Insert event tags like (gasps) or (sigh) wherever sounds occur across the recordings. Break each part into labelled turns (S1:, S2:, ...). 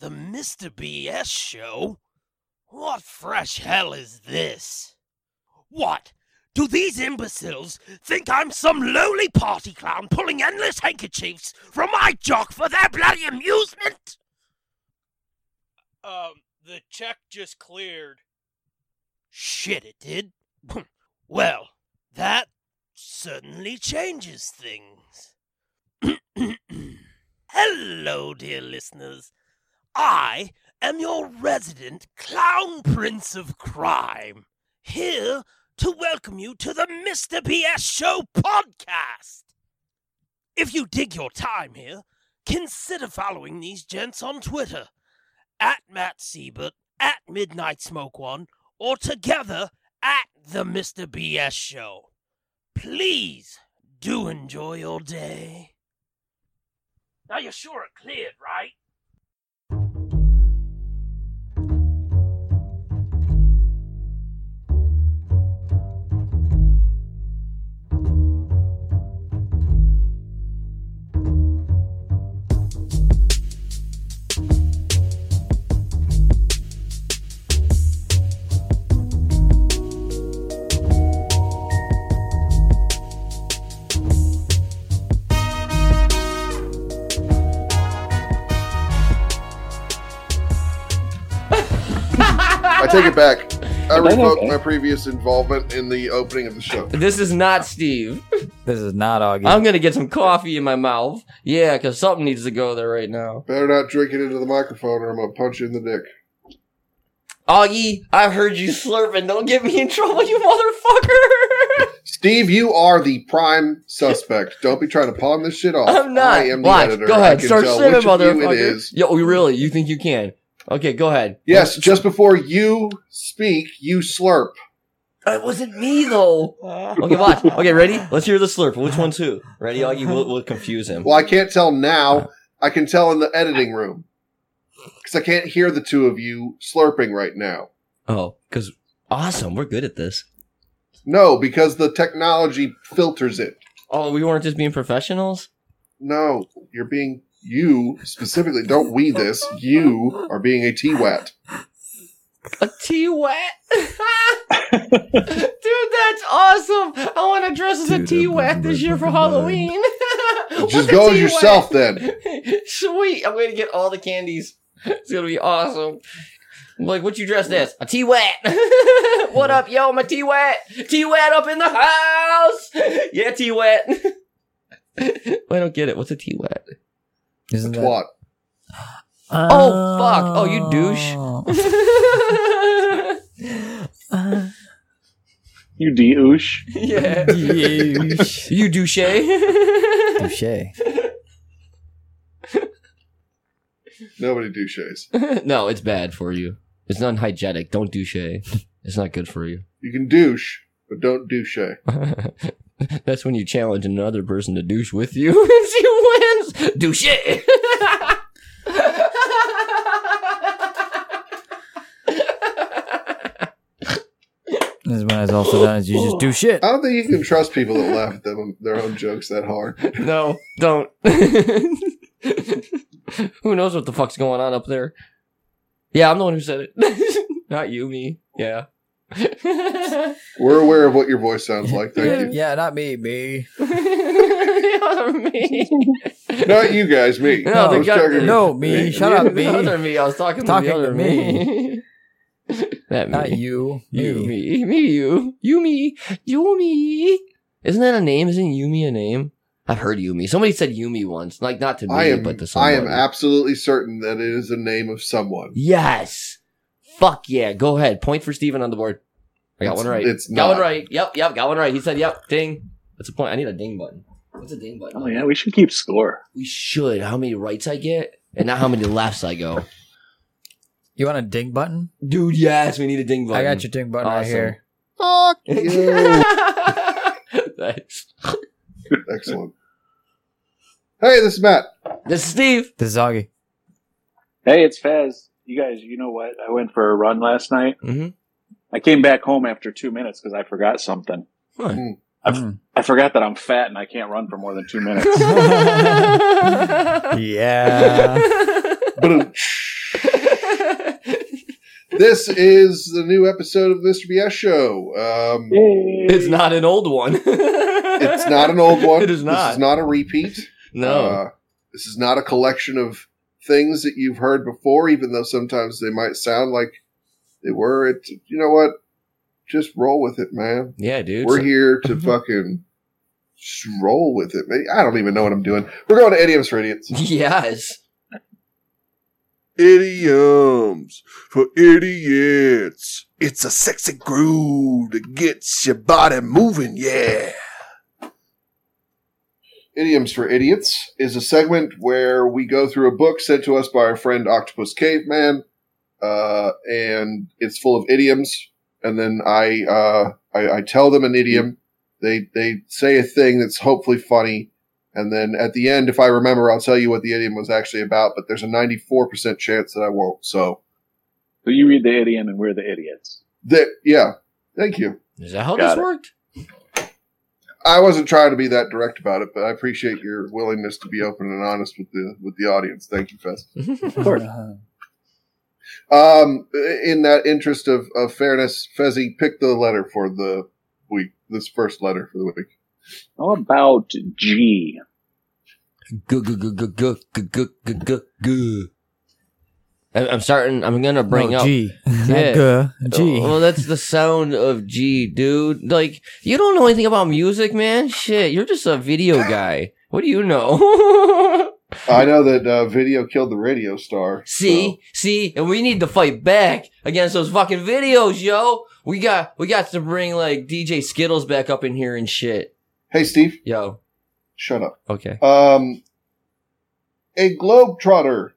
S1: The Mr. BS show? What fresh hell is this? What? Do these imbeciles think I'm some lowly party clown pulling endless handkerchiefs from my jock for their bloody amusement?
S2: Um, the check just cleared.
S1: Shit, it did. well, that certainly changes things. (clears throat) Hello, dear listeners. I am your resident clown prince of crime, here to welcome you to the Mr. BS Show podcast. If you dig your time here, consider following these gents on Twitter at Matt Siebert, at Midnight Smoke One, or together at the Mr. BS Show. Please do enjoy your day. Now you're sure it cleared, right?
S3: I take it
S4: (laughs)
S3: back. I
S4: Am I
S3: revoke
S4: okay?
S3: my previous involvement in the opening of the show.
S4: This is not Steve.
S5: This is not Augie.
S4: I'm gonna get some coffee in my mouth. Yeah, because something needs to go there right now.
S3: Better not drink it into the microphone or I'm going to punch you in the dick.
S4: Augie, I heard you slurping. Don't get me in trouble, you motherfucker. (laughs)
S3: Steve, you are the prime suspect. Don't be trying to pawn this shit off.
S4: I'm not.
S3: I am the
S4: Watch.
S3: editor.
S4: Go
S3: I
S4: ahead.
S3: can
S4: Start
S3: tell
S4: slurping,
S3: which of you
S4: motherfucker.
S3: It is.
S4: Yo, oh, really? You think you can? Okay, go ahead.
S3: Yes, just before you speak, you slurp.
S4: It wasn't me though. (laughs) Okay, watch. Okay, ready? Let's hear the slurp. Which one's who? Ready, Augie? We'll, we'll confuse him.
S3: Well, I can't tell now. I can tell in the editing room. Because I can't hear the two of you slurping right now.
S4: Oh, because awesome. We're good at this.
S3: No, because the technology filters it.
S4: Oh, we weren't just being professionals.
S3: No, you're being you specifically. Don't we this? You are being a T wet.
S4: A tea wet? (laughs) Dude, that's awesome. I want to dress as a
S5: Dude,
S4: tea
S5: I'm
S4: wet this year for
S5: living
S4: Halloween. (laughs) With
S3: Just
S4: a
S3: go as
S4: tea
S3: yourself then.
S4: wet. (laughs) Sweet. I'm going to get all the candies. It's going to be awesome. I'm like, what you dressed as? A tea wet. (laughs) what up, yo? My tea wet. Tea wet up in the house. (laughs) Yeah, tea wet. (laughs) I don't get it. What's a tea wet?
S5: Isn't that-
S3: Twat.
S4: Oh, fuck. Oh, you
S5: (laughs)
S4: douche.
S5: Uh,
S6: You douche.
S4: yeah. (laughs)
S5: douche.
S4: You douche.
S5: Douche.
S3: Nobody douches.
S4: (laughs) no, it's bad for you. It's not hygienic. Don't douche. It's not good for you. (laughs)
S3: You can douche, but don't douche.
S4: That's when you challenge another person to douche with (laughs) you and she wins. (laughs) Douche.
S5: This is when it's also done is you just do shit.
S3: (laughs) I don't think you can trust people that laugh at them, their own jokes that hard.
S4: no, don't. (laughs) who knows what the fuck's going on up there? Yeah, I'm the one who said it. (laughs) not you, me. Yeah.
S3: We're aware of what your voice sounds like. Thank
S5: Yeah, not me, me.
S4: the other me. (laughs)
S3: you. Not you guys, me.
S4: No,
S3: I
S4: they
S3: was
S4: got-
S3: talking-
S5: No, me. Shut
S4: The
S5: up, me.
S4: other me. I was talking,
S5: Talking
S4: to the other
S5: to
S4: me.
S5: me.
S4: (laughs) that me.
S5: Not you.
S4: You,
S5: Me.
S4: me. Me, you. You, me. You, me. Isn't that a name? Isn't Yumi a name? I've heard Yumi. Somebody said Yumi once. Like, not to me,
S3: I am.
S4: but to
S3: I
S4: somebody.
S3: am absolutely certain that it is the name of
S5: (laughs)
S3: someone.
S4: Yes. Fuck yeah. Go ahead. Point for Steven on the board. I got
S3: It's-
S4: one right.
S3: it's
S4: got
S3: not.
S4: one right. Yep, yep. Got one right. He said, yep. Ding. That's a point. I need a ding button. What's a ding button?
S6: Oh yeah, we should keep score.
S4: We should. How many rights I get, and not how many lefts I go.
S5: You want a ding button?
S4: Dude, yes. We need a ding button.
S5: I got your ding button right
S4: Awesome. (laughs)
S5: here.
S3: Fuck you.
S4: Thanks.
S3: Excellent. Hey, this is
S5: (laughs)
S3: Matt.
S4: This is Steve.
S5: This is Augie.
S6: Hey, it's Faz. You guys, you know what? I went for a run last night.
S4: Mm-hmm.
S6: I came back home after two minutes because I forgot something.
S4: Hmm.
S5: Mm.
S6: I forgot that I'm fat and I can't run for more than
S4: (laughs)
S6: two minutes.
S5: Yeah.
S3: (laughs) Ba-dum. this is the new episode of the Mr. BS Show. Um,
S4: It's not an old one.
S3: it's
S4: it's
S3: not an old one.
S4: (laughs) It is
S3: This
S4: not.
S3: is not a repeat.
S4: No.
S3: Uh, this is not a collection of things that you've heard before, even though sometimes they might sound like they were. It, you know what? Just roll with it, man.
S4: yeah, dude.
S3: We're here
S4: (laughs)
S3: to fucking just roll with it. I don't even know what I'm doing. We're going to idioms for idiots.
S4: (laughs) Yes.
S7: Idioms for idiots. It's a sexy groove that gets your body moving, yeah.
S3: Idioms for Idiots is a segment where we go through a book sent to us by our friend Octopus Caveman, uh, and it's full of idioms. And then I, uh, I I tell them an idiom. They they say a thing that's hopefully funny, and then at the end, if I remember, I'll tell you what the idiom was actually about. But there's a 94% chance that I won't. So
S6: So you read the idiom and we're the idiots.
S3: that yeah, thank you.
S4: Is that how
S6: Got
S4: this
S6: it.
S4: worked?
S3: I wasn't trying to be that direct about it, but I appreciate your willingness to be open and honest with the with the audience. Thank you, Fez.
S5: Uh-huh.
S3: Um, in that interest of, of fairness, Fezzi, pick the letter for the week. This first letter for the week.
S6: How about G?
S4: Go, go, go, go, go, go, go, go, go, go. I- I'm starting. I'm gonna bring
S5: no,
S4: up. Oh.
S5: G. Not
S4: Yeah.
S5: G. G.
S4: Well, that's the sound of G, dude. Like, you don't know anything about music, man. Shit, you're just a
S6: (laughs)
S4: video guy. What do you know? (laughs)
S3: I know that uh, video killed the radio star.
S4: See, see, and we need to fight back against those fucking videos, yo. We got, we got to bring like DJ Skittles back up in here and shit,
S3: so- Hey, Steve,
S4: yo.
S3: shut up.
S4: Okay.
S3: Um, a globetrotter.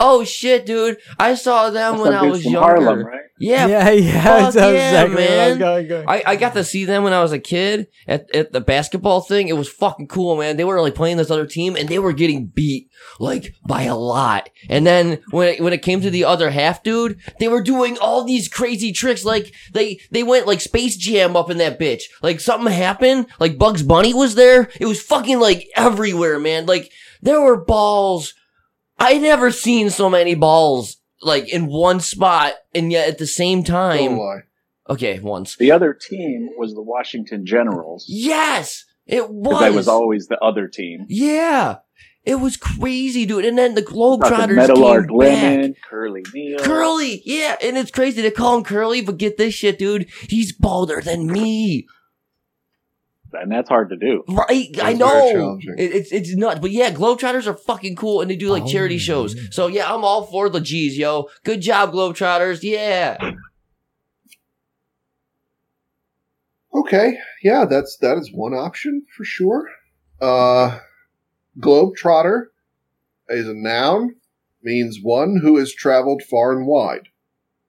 S4: Oh shit, dude, I saw them when
S6: Some
S4: I
S6: dude's
S4: was
S6: from
S4: younger.
S6: Harlem, right?
S4: Yeah,
S5: yeah, (laughs) yeah,
S4: fuck
S5: that's
S4: yeah,
S5: exactly where I
S4: man.
S5: was going, going.
S4: I, I got to see them when I was a kid at, at the basketball thing. It was fucking cool, man. They were like playing this other team and they were getting beat like by a lot. And then when it, when it came to the other half, dude, they were doing all these crazy tricks. Like they, they went like Space Jam up in that bitch. Like something happened. Like Bugs Bunny was there. It was fucking like everywhere, man. Like there were balls. I never seen so many balls like in one spot and yet at the same
S3: Don't
S4: time.
S3: lie.
S4: Okay, once.
S6: The other team was the Washington Generals.
S4: Yes, it was.
S6: Because I was always the other team.
S4: yeah, it was crazy, dude. And then the
S6: Fucking
S4: Globetrotters
S6: Metalard
S4: came back.
S6: Glennon, Curly Neal.
S4: Curly, yeah, and it's crazy to call him Curly, but get this shit, dude. He's balder than me,
S6: And that's hard to do.
S4: right? I
S3: That's very
S4: know
S3: challenging.
S4: it, it's it's nuts, but yeah, Globetrotters are fucking cool, and they do like
S5: Oh,
S4: charity
S5: yeah.
S4: shows. So yeah, I'm all for the G's, yo. Good job, Globetrotters. Yeah,
S3: Okay, yeah, that's that is one option for sure. Uh, globetrotter is a noun, means one who has traveled far and wide.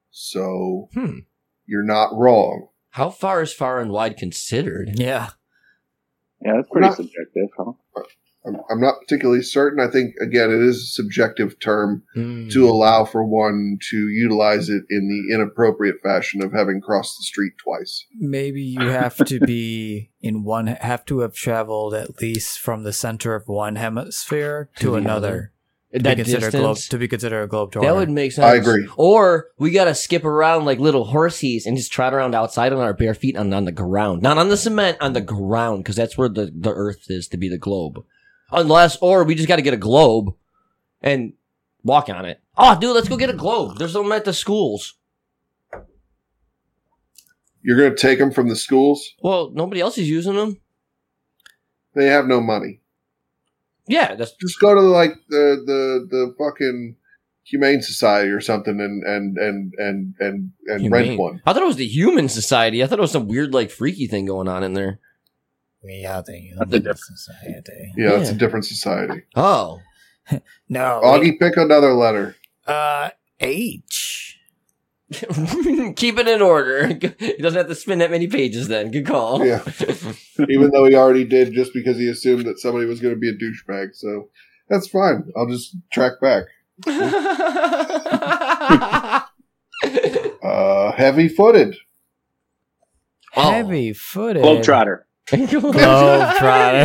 S3: So
S4: Hmm.
S3: you're not wrong.
S4: how far is far and wide considered?
S5: yeah.
S6: Yeah, that's pretty
S3: Not-
S6: subjective, huh?
S3: I'm, I'm not particularly certain. I think again, it is a subjective term
S4: Mm.
S5: Hmm.
S3: to allow for one to utilize it in the inappropriate fashion of having crossed the street twice.
S5: Maybe you have to be in one, have to have traveled at least from the center of one hemisphere to,
S4: To the
S5: another to be
S4: that
S5: considered a globe
S4: distance.
S5: to be considered a globe
S4: That would make sense.
S3: I agree.
S4: Or we gotta skip around like little horsies and just trot around outside on our bare feet and on the ground, not on the cement, on the ground, because that's where the the Earth is to be the globe. Unless, or we just gotta get a globe and walk on it. Oh, dude, let's go get a globe. There's them at the schools.
S3: You're going to take them from the schools.
S4: Well, nobody else is using them.
S3: They have no money.
S4: Yeah, that's
S3: Just go to like the the the fucking humane society or something and and and and and and rent
S4: humane.
S3: one.
S4: I thought it was the Human Society. I thought it was some weird like freaky thing going on in there.
S5: reality
S6: That's a different-
S5: society.
S3: Yeah, it's a
S4: Yeah.
S3: different society.
S4: Oh,
S5: No, wait,
S3: Augie, pick another letter.
S5: uh, H.
S4: (laughs) keep it in order. (laughs) He doesn't have to spin that many pages. Then good call.
S3: Yeah. Even though he already did, just because he assumed that somebody was going to be a douchebag. So that's fine. I'll just track back.
S4: oh.
S3: Uh, heavy footed.
S5: (laughs) Heavy footed.
S6: Oh. Globetrotter.
S5: Globetrotter. (laughs)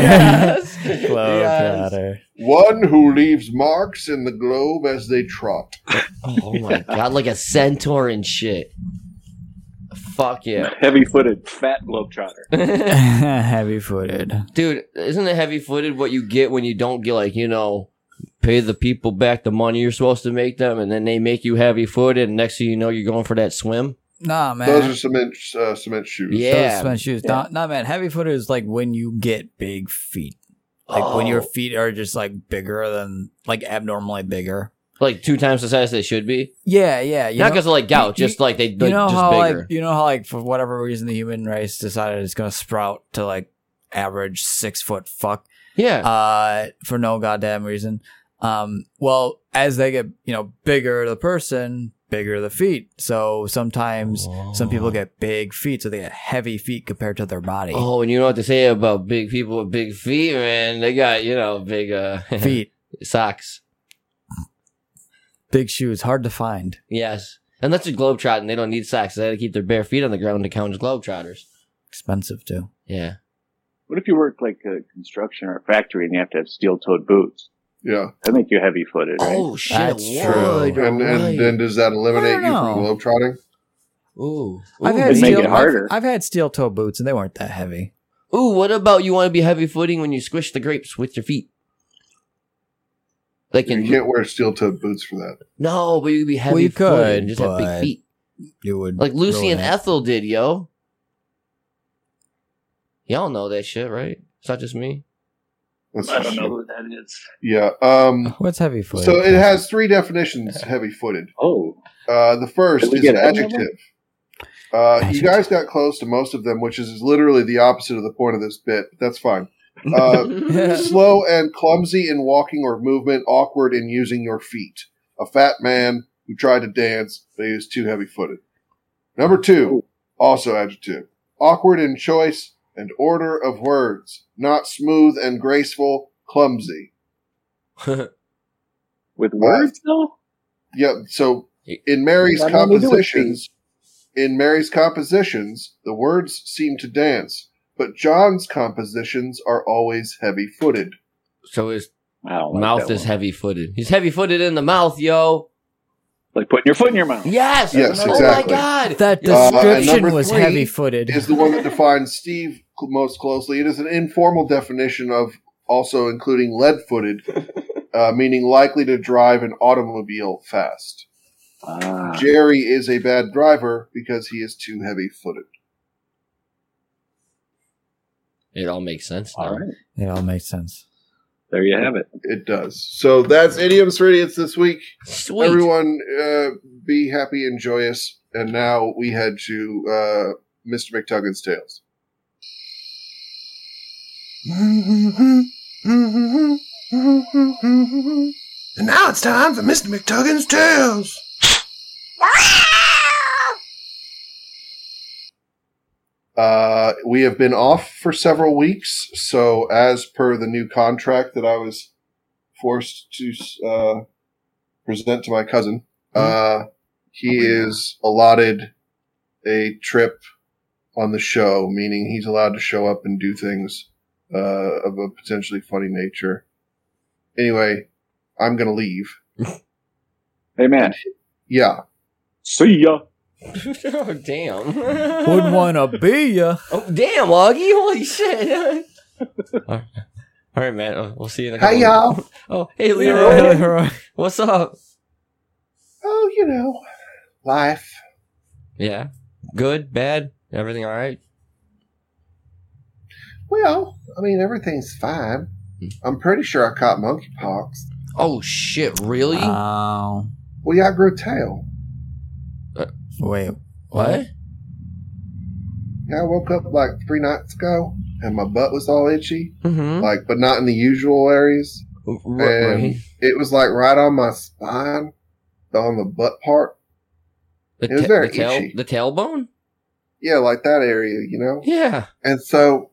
S4: Yes. Yes.
S5: Globetrotter.
S3: One who leaves marks in the globe as they trot.
S4: Oh my god, like a centaur and shit. Fuck yeah.
S6: Heavy footed, fat globetrotter.
S5: (laughs) Heavy footed.
S4: Dude, isn't it heavy footed what you get when you don't get, like, you know, pay the people back the money you're supposed to make them and then they make you heavy footed and next thing you know you're going for that swim?
S5: Nah, man.
S3: Those are cement uh, cement shoes.
S5: Those
S4: Yeah.
S5: spent shoes. Nah, nah, man. Heavy footed is like when you get big feet. Like when your
S4: Oh.
S5: feet are just like bigger than, like abnormally bigger.
S4: Like two times the size they should be?
S5: Yeah, yeah. You
S4: Not
S5: know-
S4: because of like gout,
S5: you-
S4: just like they
S5: you
S4: like,
S5: know
S4: just
S5: how
S4: bigger.
S5: like you know how like for whatever reason the human race decided it's gonna sprout to like average six foot fuck
S4: yeah.
S5: uh for no goddamn reason um well as they get you know bigger the person bigger the feet so sometimes some people get big feet so they get heavy feet compared to their body
S4: Oh, and you know what they say about big people with big feet, man. They got, you know, big uh
S5: (laughs) feet
S4: (laughs) socks.
S5: big shoes hard to find
S4: Yes. Unless you're globetrotting, they don't need socks. They gotta keep their bare feet on the ground to count as globetrotters.
S5: expensive too
S4: Yeah.
S6: What if you work like a construction or a factory and you have to have steel toed boots?
S3: Yeah.
S6: That make you heavy footed, right?
S4: Oh shit.
S5: That's
S4: it
S5: true.
S4: would,
S3: And,
S4: you're
S3: and
S4: right.
S3: and does that eliminate
S5: I
S3: you
S5: don't
S3: from
S5: know.
S3: globetrotting?
S4: Ooh.
S5: i've
S4: Ooh.
S5: had
S6: It'd make
S5: steel,
S6: it
S5: I've-
S6: harder.
S5: I've had steel toe boots and they weren't that heavy
S4: Ooh, what about you want to be heavy footing when you squish the grapes with your feet? Like
S3: You
S4: in
S3: can't wear steel toed boots for that.
S4: no, but you could be heavy
S5: you
S4: footed
S5: could,
S4: and just have big
S5: but-
S4: feet,
S5: you would
S4: like Lucy
S5: ruin
S4: and
S5: it.
S4: Ethel did, yo. Y'all know that shit, right? It's not just me.
S3: That's
S6: I don't know who that is.
S3: Yeah. Um.
S5: what's heavy footed
S3: So it has three
S6: (laughs)
S3: definitions. Heavy footed.
S6: Oh,
S3: Uh, the first
S6: Did we
S3: is
S6: get
S3: an
S6: any of them?
S3: adjective. Uh, you
S5: Adjective.
S3: guys got close to most of them, which is literally the opposite of the point of this bit. That's fine.
S6: (laughs)
S3: Uh, (laughs)
S5: (laughs)
S3: slow and clumsy in walking or movement, awkward in using your feet. A fat man who tried to dance, but he was too heavy footed. Number two, also adjective. Awkward in choice and order of words. Not smooth and graceful, clumsy.
S6: with words though.
S3: Yep, so in Mary's
S6: Got nothing to do with
S3: compositions, in Mary's compositions, the words seem to dance, but John's compositions are always heavy footed.
S4: so his
S6: I don't like
S4: mouth
S6: that
S4: is
S6: one.
S4: heavy footed. He's heavy footed in the mouth, yo.
S6: like putting your foot in your mouth.
S4: Yes.
S3: Yes,
S4: oh
S3: exactly.
S4: my god.
S5: that
S4: Uh, and
S5: description
S3: number
S5: was
S3: three
S5: heavy footed
S3: is the one that defines Steve cl- most closely. It is an informal definition of also including lead footed, uh, meaning likely to drive an automobile fast.
S6: Ah.
S3: Jerry is a bad driver because he is too heavy footed.
S4: It all makes sense. now.
S6: All right,
S5: It all makes sense.
S6: there you have it.
S3: It does. So that's idioms for idiots this week.
S4: Sweet.
S3: Everyone, uh, be happy and joyous. And now we head to uh, Mr. McTuggan's tales.
S7: And now it's time for Mr. McTuggan's Tales.
S3: Uh, we have been off for several weeks, so as per the new contract that I was forced to uh, present to my cousin, uh, he is allotted a trip on the show, meaning he's allowed to show up and do things uh, of a potentially funny nature. Anyway, I'm gonna leave.
S6: Hey man,
S3: Yeah,
S6: see ya.
S4: (laughs) oh, damn.
S5: Wouldn't want to be ya.
S4: (laughs) Oh, damn, Augie. Holy shit. (laughs) all right, man. Oh, We'll see you in a couple
S3: Hey, y'all.
S4: weeks. Oh, hey, Leroy.
S5: Leroy.
S4: What's up?
S3: oh, you know, life.
S4: Yeah. Good, bad, everything all right?
S3: Well, I mean, everything's fine. I'm pretty sure I caught monkeypox.
S4: Oh, shit. Really?
S5: Oh.
S3: Well, yeah, I grew a tail.
S5: Oh, Wait.
S4: what?
S3: Yeah, I woke up like three nights ago, and my butt was all itchy,
S4: Mm
S3: like, but not in the usual areas.
S4: hmm.
S3: And it was like right on my spine, on the butt part.
S4: The,
S3: it was
S4: ta-
S3: very
S4: the, tail-
S3: itchy.
S4: the tailbone?
S3: Yeah, like that area, you know.
S4: Yeah.
S3: And so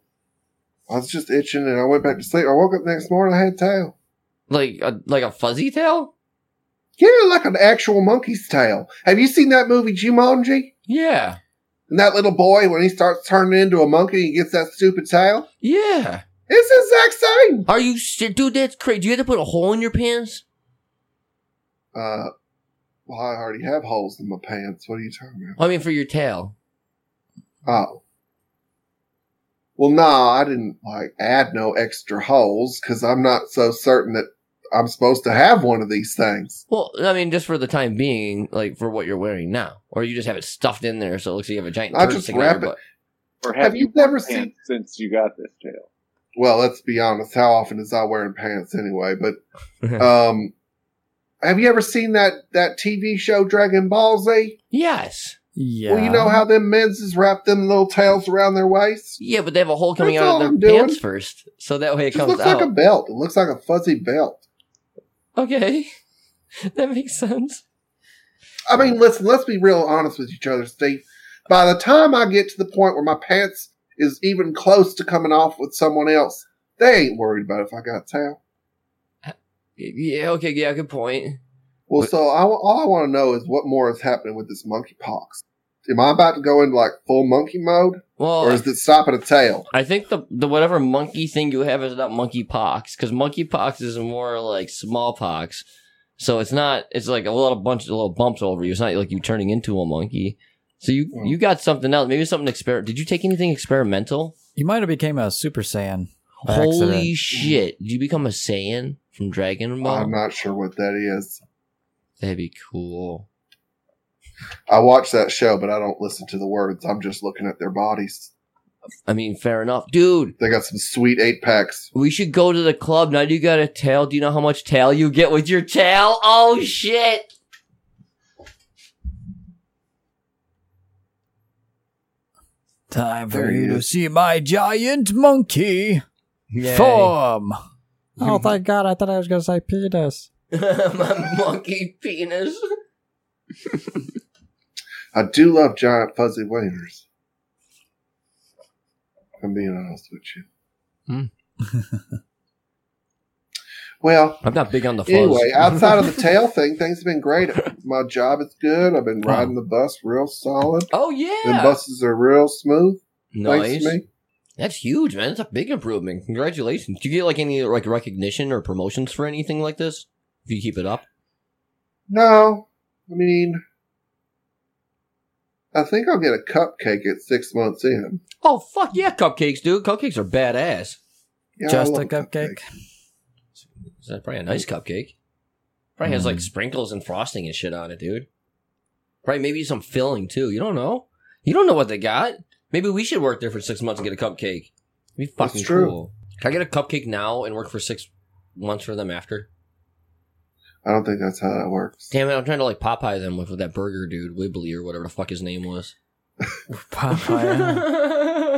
S3: I was just itching, and I went back to sleep. I woke up the next morning, I had a tail.
S4: Like a, like a fuzzy tail?
S3: Yeah, like an actual monkey's tail. Have you seen that movie Jumanji?
S4: Yeah.
S3: And that little boy, when he starts turning into a monkey, he gets that stupid tail.
S4: Yeah.
S3: It's the exact same.
S4: Are you shit, dude? That's crazy. Do you have to put a hole in your pants?
S3: Uh, well, I already have holes in my pants. What are you talking about?
S4: I mean, for your tail.
S3: Oh. Well, no, I didn't like add no extra holes because I'm not so certain that I'm supposed to have one of these things.
S4: Well, I mean, just for the time being, like for what you're wearing now, or you just have it stuffed in there, so it looks like you have a giant.
S3: I
S4: turd
S3: just
S4: sticking out
S3: wrap
S4: your
S3: it-
S4: butt.
S6: Or have,
S3: Have
S6: you
S3: you never
S6: worn
S3: seen?
S6: pants since you got this tail?
S3: Well, let's be honest. How often is I wearing pants anyway? But
S4: (laughs)
S3: um, have you ever seen that that TV show Dragon Ball Z?
S4: Yes.
S5: Yeah.
S3: Well, you know how them men's is wrap them little tails around their waist.
S4: Yeah, but they have a hole coming
S3: That's
S4: out
S3: all
S4: of their
S3: I'm doing.
S4: pants first, so that way it
S3: It just
S4: comes
S3: looks
S4: out.
S3: like a belt. It looks like a fuzzy belt.
S4: okay, (laughs) that makes sense.
S3: I mean, listen, let's be real honest with each other, Steve. By the time I get to the point where my pants is even close to coming off with someone else, they ain't worried about if I got a towel.
S4: Yeah. Okay. Yeah. Good point.
S3: Well,
S4: But-
S3: so I, all I want to know is what more is happening with this monkey pox. Am I about to go into like full monkey mode,
S4: Well,
S3: or is it stopping a tail?
S4: I think the the whatever monkey thing you have is not monkey pox because monkey pox is more like smallpox. So it's not. It's like a lot of bunch of little bumps over you. It's not like you turning into a monkey. So you
S3: Yeah.
S4: you got something else. Maybe something experiment. Did you take anything experimental?
S5: you might have became a Super Saiyan. by
S4: Holy
S5: accident.
S4: shit! Did you become a Saiyan from Dragon Ball?
S3: I'm not sure what that is.
S4: That'd be cool.
S3: I watch that show, but I don't listen to the words. I'm just looking at their bodies.
S4: I mean, fair enough, dude.
S3: They got some sweet eight packs.
S4: We should go to the club now. You got a tail. Do you know how much tail you get with your tail? Oh shit!
S5: Time for
S3: There he
S5: you to
S3: is.
S5: see my giant monkey form. Oh, thank God. I thought I was going to say penis.
S4: (laughs) my monkey penis.
S3: I do love giant fuzzy wieners. If I'm being honest with you.
S5: Hmm.
S3: (laughs) well,
S4: I'm not big on the fuzz.
S5: (laughs)
S3: anyway, outside of the tail thing, things have been great. My job is good. I've been
S5: Wow.
S3: riding the bus real solid.
S4: oh
S3: The
S4: yeah,
S3: buses are real smooth. Thanks
S4: nice.
S3: to me.
S4: That's huge, man. That's a big improvement. Congratulations. Do you get like any like recognition or promotions for anything like this? If you keep it up,
S3: No, I mean, I think I'll get a cupcake at six months in.
S4: oh fuck yeah, cupcakes, dude. Cupcakes are badass.
S3: Yeah, I
S5: Just
S3: love
S5: a cupcake.
S4: Is that uh, probably a nice cupcake? Probably has like sprinkles and frosting and shit on it, dude. Probably maybe some filling too. You don't know. You don't know what they got. Maybe we should work there for six months and get a cupcake. It'd be
S3: That's
S4: fucking
S3: true.
S4: cool. Can I get a cupcake now and work for six months for them after?
S3: I don't think that's how that works.
S4: Damn it, I'm trying to like Popeye them with, with that burger dude, Wibbly or whatever the fuck his name was.
S5: (laughs) Papaya.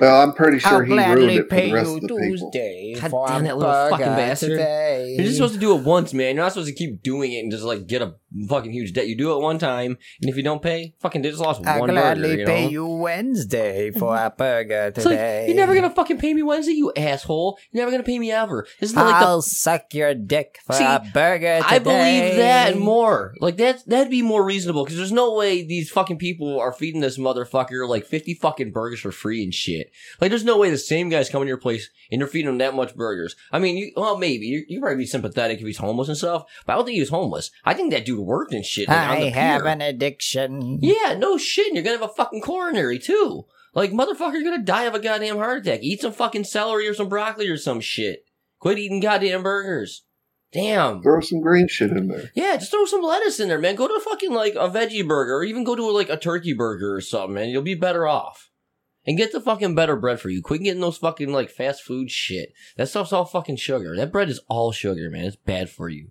S3: Well, I'm pretty sure he ruined it for the rest of the people.
S4: God damn that little fucking bastard. (laughs) You're just supposed to do it once, man. You're not supposed to keep doing it and just like get a fucking huge debt. You do it one time, and if you don't pay, fucking they just lost
S5: I
S4: one
S5: gladly
S4: burger. You know?
S5: pay you Wednesday (laughs) for a burger
S4: It's like,
S5: today.
S4: you're never gonna fucking pay me Wednesday, you asshole. You're never gonna pay me ever. Isn't that like
S5: I'll suck your dick for
S4: See,
S5: a burger
S4: the?
S5: today.
S4: I believe that and more. Like that, that'd be more reasonable because there's no way these fucking people are feeding this motherfucker like fifty fucking burgers for free and shit. Like there's no way the same guy's coming to your place and you're feeding him that much burgers. I mean, you well maybe you you probably be sympathetic if he's homeless and stuff, but I don't think he was homeless. I think that dude worked and shit. Like, on
S5: I
S4: the
S5: have
S4: pier.
S5: an addiction.
S4: Yeah, no shit. And you're gonna have a fucking coronary too. Like motherfucker, you're gonna die of a goddamn heart attack. Eat some fucking celery or some broccoli or some shit. Quit eating goddamn burgers. Damn.
S3: Throw some green shit in there.
S4: Yeah, just throw some lettuce in there, man. Go to fucking like a veggie burger or even go to like a turkey burger or something, man. You'll be better off. And get the fucking better bread for you. Quit getting those fucking like fast food shit. That stuff's all fucking sugar. That bread is all sugar, man. It's bad for you.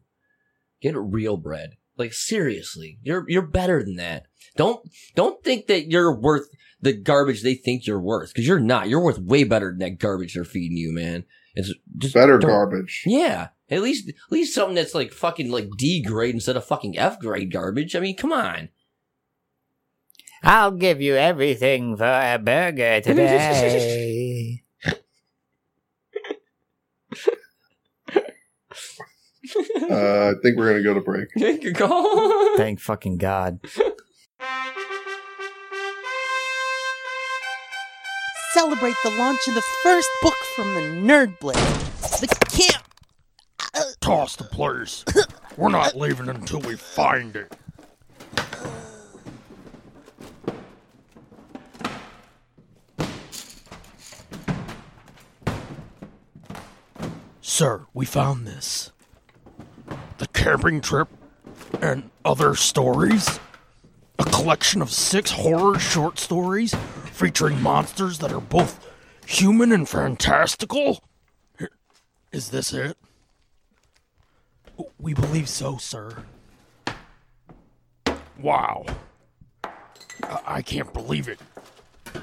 S4: Get real bread. Like seriously, you're you're better than that. Don't don't think that you're worth the garbage they think you're worth because you're not. You're worth way better than that garbage they're feeding you, man. It's just
S3: Better
S4: don't- (laughs)
S3: garbage.
S4: yeah. At least at least something that's like fucking like D grade instead of fucking F grade garbage. I mean, come on. (laughs)
S5: I'll give you everything for a
S4: (laughs)
S5: burger today.
S3: Uh, I think we're gonna go to break.
S4: There you go.
S5: (laughs) Thank fucking God.
S8: celebrate the launch of the first book from the Nerd Blade, the camp. Uh,
S1: Toss the place. We're not leaving until we find it. Sir, we found this. The camping trip and other stories? A collection of six horror short stories featuring monsters that are both human and fantastical? Is this it? We believe so, sir. Wow. I, I can't believe it.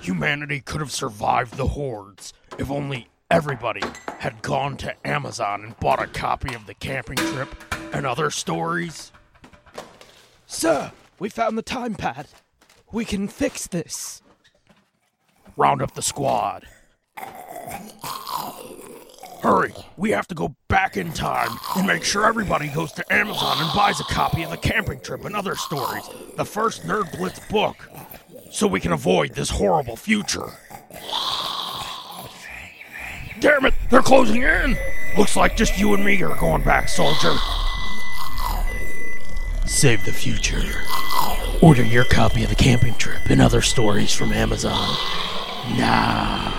S1: Humanity could have survived the hordes if only everybody had gone to Amazon and bought a copy of The Camping Trip and other stories.
S9: Sir, we found the time pad. We can fix this.
S1: Round up the squad. Hurry, we have to go back in time and make sure everybody goes to Amazon and buys a copy of The Camping Trip and other stories, the first Nerd Blitz book, so we can avoid this horrible future. Damn it, they're closing in! Looks like just you and me are going back, soldier. Save the future. Order your copy of The Camping Trip and other stories from Amazon. Now.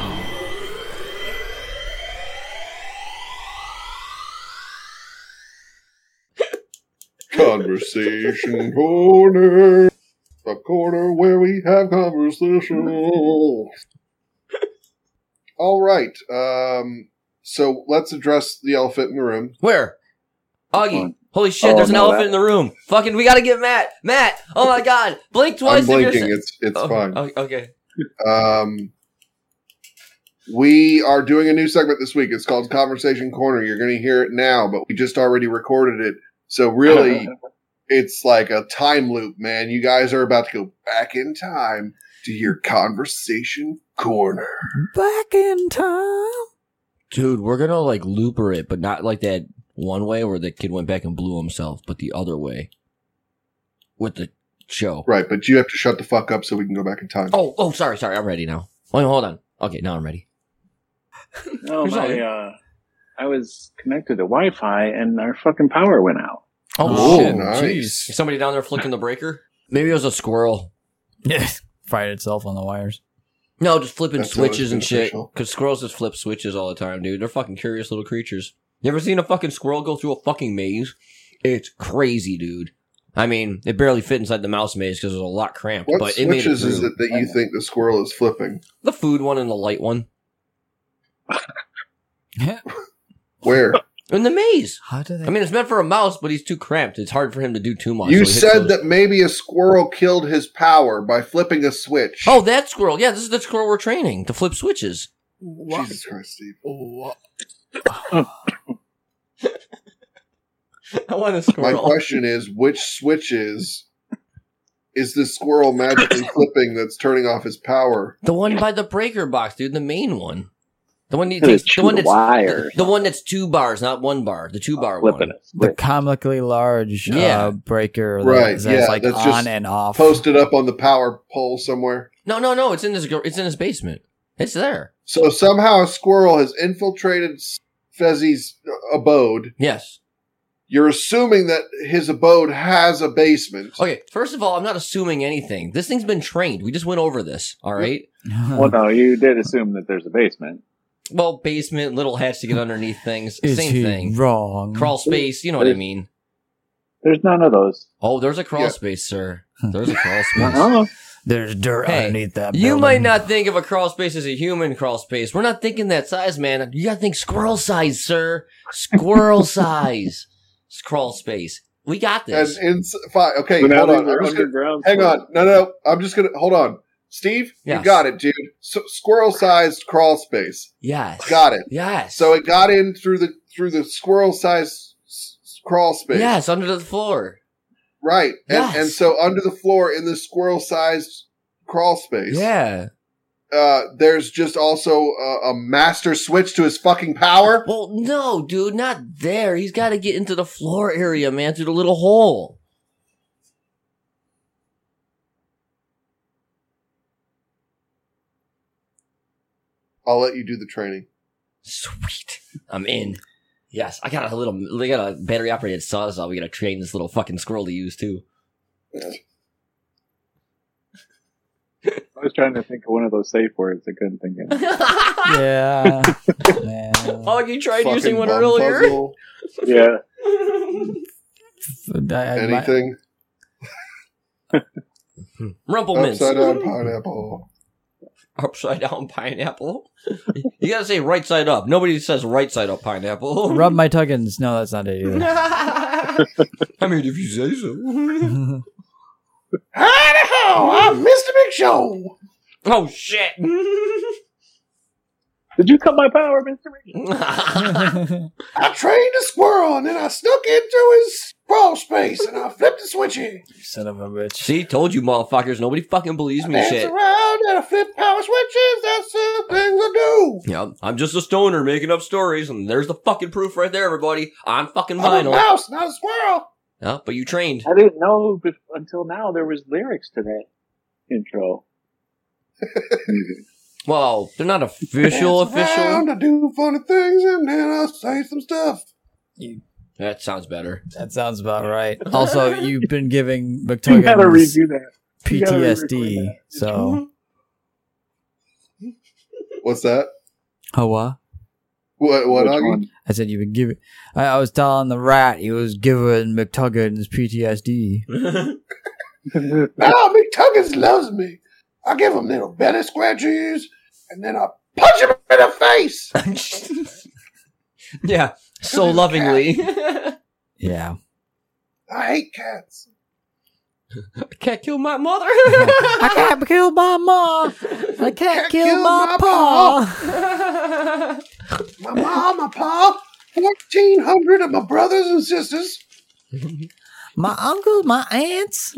S4: (laughs)
S3: Conversation corner. The corner where we have
S4: (laughs)
S3: conversations. All right. Um, so let's address the elephant in the room.
S4: Where? Augie. Holy shit,
S6: Oh,
S4: there's an
S6: no,
S4: elephant
S6: that-
S4: in the room. Fucking, we gotta get Matt. Matt! Oh my god. Blink twice
S3: I'm
S4: if
S3: blinking.
S4: you're.
S3: It's it's
S4: oh,
S3: fine.
S4: oh, Okay.
S3: Um, we are doing a new segment this week. It's called Conversation Corner. You're going to hear it now, but we just already recorded it. So really, it's like a time loop, man. You guys are about to go back in time to your Conversation Corner.
S5: Back in time.
S4: Dude, we're gonna like looper it, but not like that one way where the kid went back and blew himself, but the other way. With the show.
S3: Right, but you have to shut the fuck up so we can go back in time.
S4: Oh, oh, sorry, sorry. I'm ready now. Wait, hold on. Okay, now I'm ready.
S6: No,
S4: Who's
S6: my,
S4: that?
S6: uh, I was connected to Wi-Fi and our fucking power went out.
S4: Oh,
S3: Oh,
S4: shit.
S3: nice.
S4: Is somebody down there flicking the breaker? Maybe it was a squirrel.
S5: Yes. Fired itself on the wires.
S4: No, just flipping
S3: That's
S4: switches
S3: always
S4: and shit.
S3: beneficial.
S4: Because squirrels just flip switches all the time, dude. They're fucking curious little creatures. You ever seen a fucking squirrel go through a fucking maze? It's crazy, dude. I mean, it barely fit inside the mouse maze because it was a lot cramped.
S3: What
S4: but it made it
S3: switches is
S4: through.
S3: it that you think the squirrel is flipping?
S4: The food one and the light one.
S3: Where?
S4: In the maze.
S5: How do they?
S4: I mean, it's meant for a mouse, but he's too cramped. It's hard for him to do too much.
S3: you
S4: so he hits
S3: said
S4: those-
S3: that maybe a squirrel killed his power by flipping a switch.
S4: Oh, that squirrel. Yeah, this is the squirrel we're training to flip switches.
S3: Jesus Christ, Steve.
S4: I want a
S3: My
S4: squirrel.
S3: question is, which switches is this squirrel
S4: (laughs)
S3: magically flipping that's turning off his power?
S4: The one by the breaker box, dude. The main one. The one that
S6: Could have
S4: takes the
S6: chewed
S4: one
S6: the
S4: that's
S6: wire.
S4: the one that's two bars, not one bar. The two bar
S6: Flipping
S4: one.
S6: it.
S5: the comically large
S4: Yeah.
S5: uh, breaker
S3: Right,
S5: that's
S3: yeah,
S5: like
S3: that's
S5: on
S3: just
S5: and off. (laughs)
S3: Posted up on the power pole somewhere.
S4: No, no, no. It's in this. gar- It's in his basement. It's there.
S3: So somehow a squirrel has infiltrated Fezzi's abode.
S4: Yes.
S3: You're assuming that his abode has a basement.
S4: Okay. First of all, I'm not assuming anything. This thing's been trained. We just went over this. All right.
S6: Well, no, you did assume that there's a basement.
S4: Well, basement, little hatch to get underneath things.
S5: Is
S4: Same
S5: he
S4: thing.
S5: wrong?
S4: Crawl space. You know what I mean.
S6: There's none of those.
S4: Oh, there's a crawl
S3: Yeah.
S4: space, sir. There's a
S5: (laughs)
S4: crawl space.
S6: Uh-huh.
S5: There's dirt
S4: Hey,
S5: underneath that.
S4: You
S5: building.
S4: might not think of a crawl space as a human crawl space. We're not thinking that size, man. You gotta think squirrel size, sir.
S3: (laughs)
S4: Squirrel size. It's crawl space. We got
S3: And
S4: this.
S3: in, fine, okay,
S6: So now
S3: hold on.
S6: there's
S3: I'm
S6: an
S3: just gonna,
S6: underground
S3: hang
S6: toilet.
S3: on. No, no, I'm just gonna hold on. Steve,
S4: Yes.
S3: you got it, dude. So, squirrel-sized crawl space.
S4: Yes.
S3: Got it.
S4: Yes.
S3: So it got in through the through the squirrel-sized s- s- crawl space.
S4: Yes, under the floor.
S3: Right. And,
S4: Yes.
S3: and so under the floor in this squirrel sized crawl space,
S4: Yeah.
S3: uh, there's just also a, a master switch to his fucking power.
S4: Well, no, dude, not there. He's gotta get into the floor area, man, through the little hole.
S3: I'll let you do the training.
S4: Sweet. I'm in. Yes, I got a little. They got a battery operated sawzall. We got to train this little fucking squirrel to use too. (laughs)
S6: I was trying to think of one of those safe words. I couldn't think of. it.
S5: (laughs)
S4: (laughs)
S5: Yeah. yeah.
S4: oh, you tried
S3: Fucking
S4: using one
S3: bum
S4: earlier.
S3: puzzle,
S6: Yeah,
S5: I- I- my-
S3: anything.
S4: Hmm. Rumplemints.
S3: Upside down pineapple.
S4: Upside down (laughs) pineapple. you gotta say right side up. Nobody says right side up
S5: (laughs)
S4: pineapple.
S5: Rub my tuggins. No, that's not it either.
S4: I mean, if you say so. (laughs)
S7: Idaho, I'm Mr. Big Show.
S4: oh shit! (laughs)
S6: Did you cut my power, Mister?
S7: I trained a squirrel and then I snuck into his crawl space and I flipped a switchy.
S5: Son of a
S4: (laughs)
S5: bitch.
S4: See, told you, motherfuckers. Nobody fucking believes me.
S7: Dance
S4: Shit.
S7: around and I flip power switches. That's the things I do.
S4: Yep, I'm just a stoner making up stories, and there's the fucking proof right there, everybody. I'm fucking
S7: I'm a
S4: vinyl.
S6: Oh,
S7: mouse, not a squirrel.
S4: Yeah, but you trained.
S6: I didn't know bef- until now there was lyrics to that intro.
S4: Well, they're not official,
S7: Dance
S4: official.
S7: around, I do funny things and then I say some stuff.
S4: That sounds better.
S5: That sounds about right. Also, you've been giving
S6: you gotta
S5: McTuggins
S6: redo that. You gotta re-record
S5: PTSD.
S6: that.
S5: So,
S3: What's that?
S5: Hawa.
S3: What? What?
S6: Which
S3: Augie?
S6: one? (laughs)
S5: I said you would give it. I, I was telling the rat he was giving McTuggins
S4: (laughs)
S5: PTSD.
S7: Now McTuggins Ah, loves me. I give him little belly scratches and then I punch him in the face.
S4: yeah, so lovingly.
S5: Yeah.
S7: I hate cats.
S4: (laughs) Can't kill my mother. (laughs)
S5: I can't kill my mom. I can't, kill, my, pa.
S7: My mom, my pa, 1,400 of my brothers and sisters.
S5: My uncles, my aunts,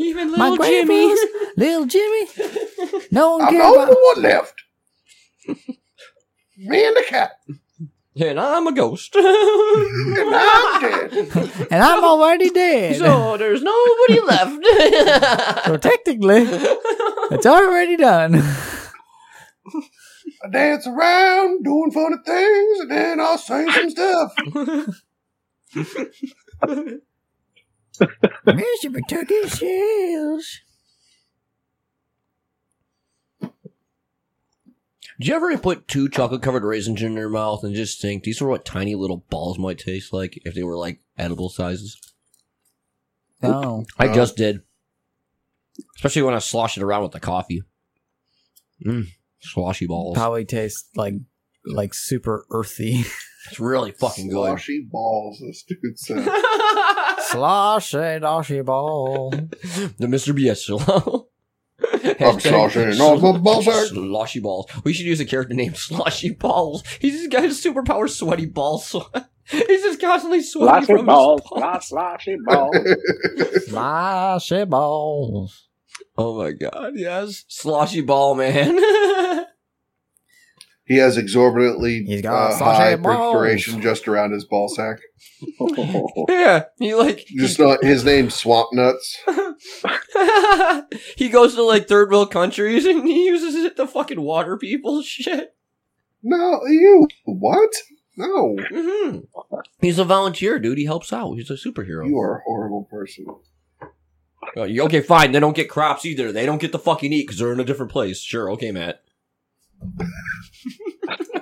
S4: (laughs) Even
S5: my
S4: little Jimmy.
S5: (laughs) grandmas, little Jimmy. No one
S7: I'm the
S5: cares about.
S7: only one left. Me and the cat.
S4: And I'm a (laughs) ghost.
S7: And I'm dead.
S5: And I'm already dead. So,
S4: so there's nobody
S5: (laughs)
S4: left.
S5: technically, it's already done.
S7: I dance around doing funny things and then I'll say some stuff.
S5: Mr. McTuggins shells.
S4: Did you ever put two chocolate covered raisins in your mouth and just think these are what tiny little balls might taste like if they were like edible sizes?
S5: No.
S4: I
S3: No.
S4: just did. Especially when I slosh it around with the coffee. Mm, sloshy balls.
S5: Probably tastes like like super
S4: (laughs)
S5: earthy.
S4: It's really fucking good.
S3: Sloshy balls. This dude said.
S5: Sloshy doshy ball.
S4: the Mr. BS show. (laughs)
S3: I'm sloshing all my balls out.
S4: Sloshy balls. We should use a character named Sloshy Balls. He's this guy with superpower sweaty balls. swe- (laughs) He's just constantly sweating
S6: Sloshy
S4: from
S6: balls,
S4: his
S6: slosh,
S4: balls.
S6: sloshy balls.
S5: Sloshy balls.
S4: (laughs) Oh my god, yes. Sloshy ball man. (laughs)
S3: Oh. (laughs) He has exorbitantly
S5: He's got
S3: uh,
S5: sachet
S3: high
S5: balls.
S3: perspiration just around his ball sack.
S4: yeah. He like
S3: Just uh, his name's Swamp Nuts.
S4: (laughs) he goes to like third world countries and he uses it to fucking water people shit.
S3: No, you what? No,
S4: hmm He's a volunteer, dude. He helps out. He's a superhero.
S3: you are a horrible person.
S4: Oh, you- okay, fine. They don't get crops either. They don't get to fucking eat because they're in a different place. Sure, okay, Matt.
S3: (laughs)
S4: what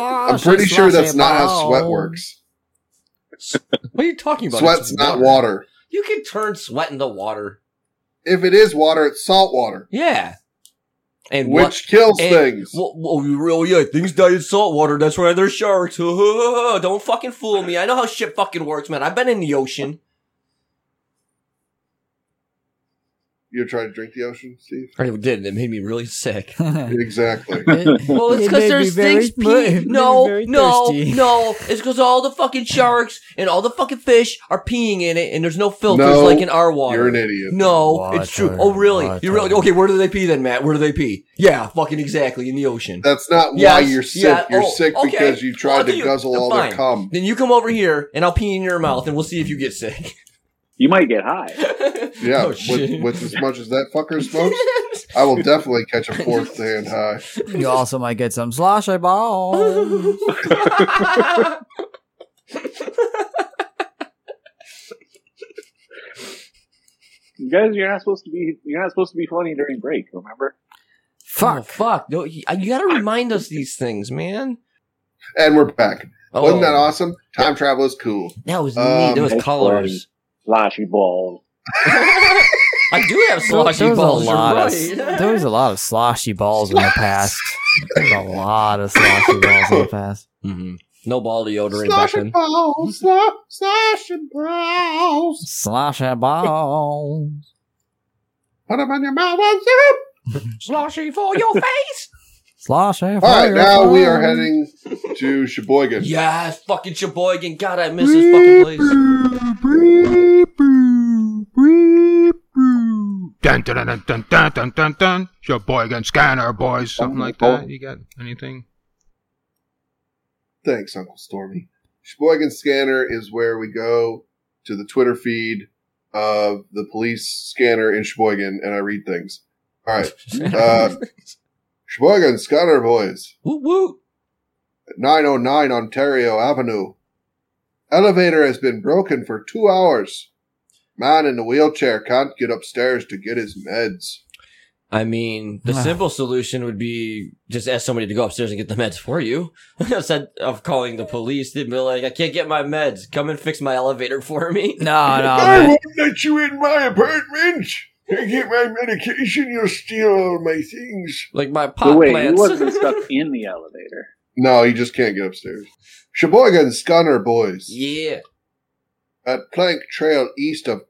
S3: I'm pretty sure that's not how sweat works.
S4: are you talking about?
S3: Sweat's
S4: It's
S3: not water.
S4: You can turn sweat into water.
S3: If it is water, it's salt water,
S4: Yeah. And
S3: which
S4: what?
S3: kills
S4: and-
S3: things.
S4: Well, well, you really, yeah, things die in salt water. That's why they're sharks. (laughs) Don't fucking fool me. I know how shit fucking works, man. I've been in the ocean.
S3: you ever tried to drink the ocean,
S4: (laughs)
S3: Steve?
S4: I did. It made me really (laughs) sick.
S3: Exactly.
S4: Well, it's because there's things. (laughs) Pee- no, no, (laughs) no. It's because all the fucking sharks and all the fucking fish are peeing in it, and there's no filters
S3: No,
S4: like in our water.
S3: You're an idiot.
S4: no,
S5: Water,
S4: it's true. Oh, really? You really?
S5: water.
S4: Okay, where do they pee then, Matt? Where do they pee? Yeah, fucking exactly in the ocean.
S3: That's not why
S4: Yes,
S3: you're sick.
S4: yeah,
S3: you're
S4: oh,
S3: sick
S4: okay.
S3: because you
S4: Well, I'll
S3: tried
S4: do
S3: to
S4: you-
S3: guzzle
S4: uh,
S3: all
S4: fine.
S3: their cum.
S4: Then you come over here, and I'll pee in your mouth, and we'll see if you get sick.
S6: (laughs) You might get high.
S4: (laughs)
S3: Yeah,
S4: Oh,
S3: with,
S4: shit. (laughs)
S3: with as much as that fucker smokes, I will definitely catch a fourth stand high.
S5: You also might get some slosh
S4: (laughs) Oh.
S5: balls.
S6: You guys, you're not supposed to be you're not supposed to be funny during break. Remember?
S4: fuck,
S5: Fuck.
S4: fuck. No, you, you gotta remind us these things, man.
S3: And we're back.
S4: Oh,
S3: Wasn't that awesome? Time travel is
S4: (laughs)
S3: cool.
S4: That was
S3: Um,
S4: neat. There was
S6: That's
S4: colors.
S6: Sloshy balls.
S4: I do have
S5: There
S4: sloshy
S5: was a
S4: balls. you're
S5: lot of
S4: right.
S5: there was a lot of sloshy balls in the past. There was a lot of sloshy balls in the past.
S4: Mhm. No ball deodorant back
S3: Slash and
S4: then.
S3: balls, sla- slash and balls.
S5: Sloshy balls.
S3: Put them in your mouth and zip.
S4: Sloshy for
S3: (laughs)
S4: your face.
S5: Sloshy.
S3: All right, now we are heading to Sheboygan.
S4: yes, fucking Sheboygan. God, I miss this fucking place.
S10: Dun dun dun dun dun dun dun dun. Your boy gun scanner boys, something like that. You got anything?
S3: Thanks, Uncle Stormy. Sheboygan Scanner is where we go to the Twitter feed of the police scanner in Sheboygan, and I read things. All
S4: (laughs)
S3: right. Uh, Sheboygan Scanner Boys,
S4: Woot woot.
S3: 909 Ontario Avenue. Elevator has been broken for two hours. Man in the wheelchair can't get upstairs to get his meds.
S4: I mean, the simple solution would be just ask somebody to go upstairs and get the meds for you. (laughs) Instead of calling the police, they'd be like, I can't get my meds. Come and fix my elevator for me. (laughs)
S3: (laughs)
S5: No, no,
S3: I
S5: man.
S3: won't let you in my apartment. You get my medication, you'll steal all my things.
S4: Like my pot
S6: But wait, he
S4: plants.
S6: wasn't stuck in the elevator.
S3: No, you just can't get upstairs. Sheboygan Scanner Boys
S5: (laughs)
S4: yeah.
S3: at Plank Trail east of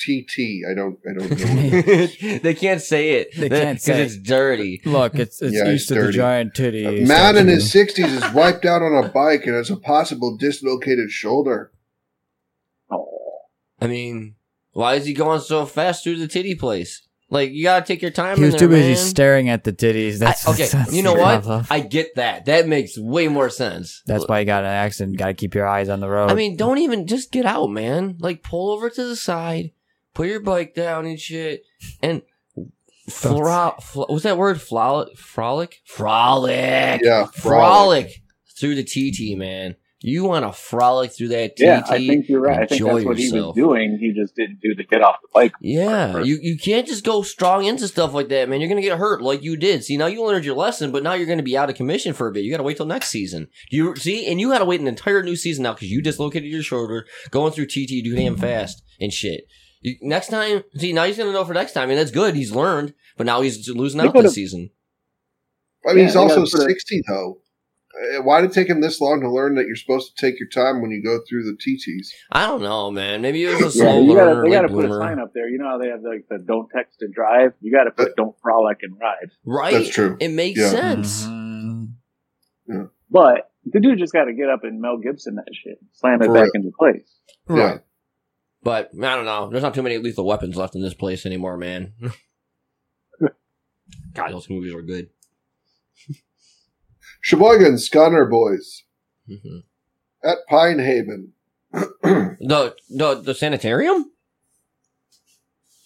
S3: TT. I don't, I don't know.
S4: (laughs)
S3: what-
S4: they can't say it.
S5: They
S4: (laughs)
S5: can't
S4: 'cause
S5: say it.
S4: it's dirty.
S5: Look, it's it's
S3: Yeah,
S5: east
S3: it's
S5: of the
S3: dirty.
S5: giant titty.
S3: a man in his sixties is wiped out on a bike and has a possible dislocated shoulder.
S6: Oh,
S4: I mean, why is he going so fast through the titty place? Like you gotta take your time.
S5: He
S4: in
S5: was
S4: there,
S5: too busy
S4: man.
S5: staring at the titties.
S4: I-
S5: That's
S4: okay,
S5: (laughs) that's
S4: you know
S5: the
S4: what?
S5: problem.
S4: I get that. That makes way more sense.
S5: That's why you got in an accident. Got to keep your eyes on the road.
S4: I mean, don't even just get out, man. Like pull over to the side, put your bike down and shit, and flora. Fl- was that word frolic? Frolic? Frolic.
S3: Yeah, frolic.
S4: Frolic through the TT, man. You want to frolic through that TT?
S6: yeah, I think you're right. I think
S4: enjoy
S6: that's what he
S4: yourself.
S6: was doing. He just didn't do the get off the bike.
S4: Yeah,
S6: Right.
S4: you, you can't just go strong into stuff like that, man. You're gonna get hurt like you did. See, now you learned your lesson, but now you're gonna be out of commission for a bit. You gotta wait till next season. You see, and you gotta wait an entire new season now because you dislocated your shoulder going through TT too damn fast and shit. You, next time, see, now he's gonna know for next time, and that's good. He's learned, but now he's losing
S6: They
S4: out this
S6: could've-
S4: season.
S3: I mean,
S6: Yeah,
S3: he's
S6: they
S3: also
S6: gotta put a-
S3: sixty though. Uh, Why did it take him this long to learn that you're supposed to take your time when you go through the TTs?
S4: I don't know, man. Maybe it was a
S6: Yeah,
S4: slow
S6: you gotta,
S4: learner,
S6: they
S4: late
S6: gotta put a
S4: bloomer.
S6: sign up there. You know how they have like the don't text and drive. You gotta put don't frolic and ride.
S5: Oh,
S4: right?
S3: That's true.
S4: It makes
S3: Yeah. Mm-hmm.
S4: sense.
S5: Mhm.
S6: But the dude just gotta get up and Mel Gibson that shit, slam it
S3: For
S6: back
S3: real.
S6: into place.
S3: Yeah.
S4: But I don't know. There's not too many lethal weapons left in this place anymore, (laughs) man. God, those movies were good.
S3: Sheboygan Scanner Boys
S4: Mhm.
S3: at Pine Haven. (clears throat)
S4: The the the sanitarium?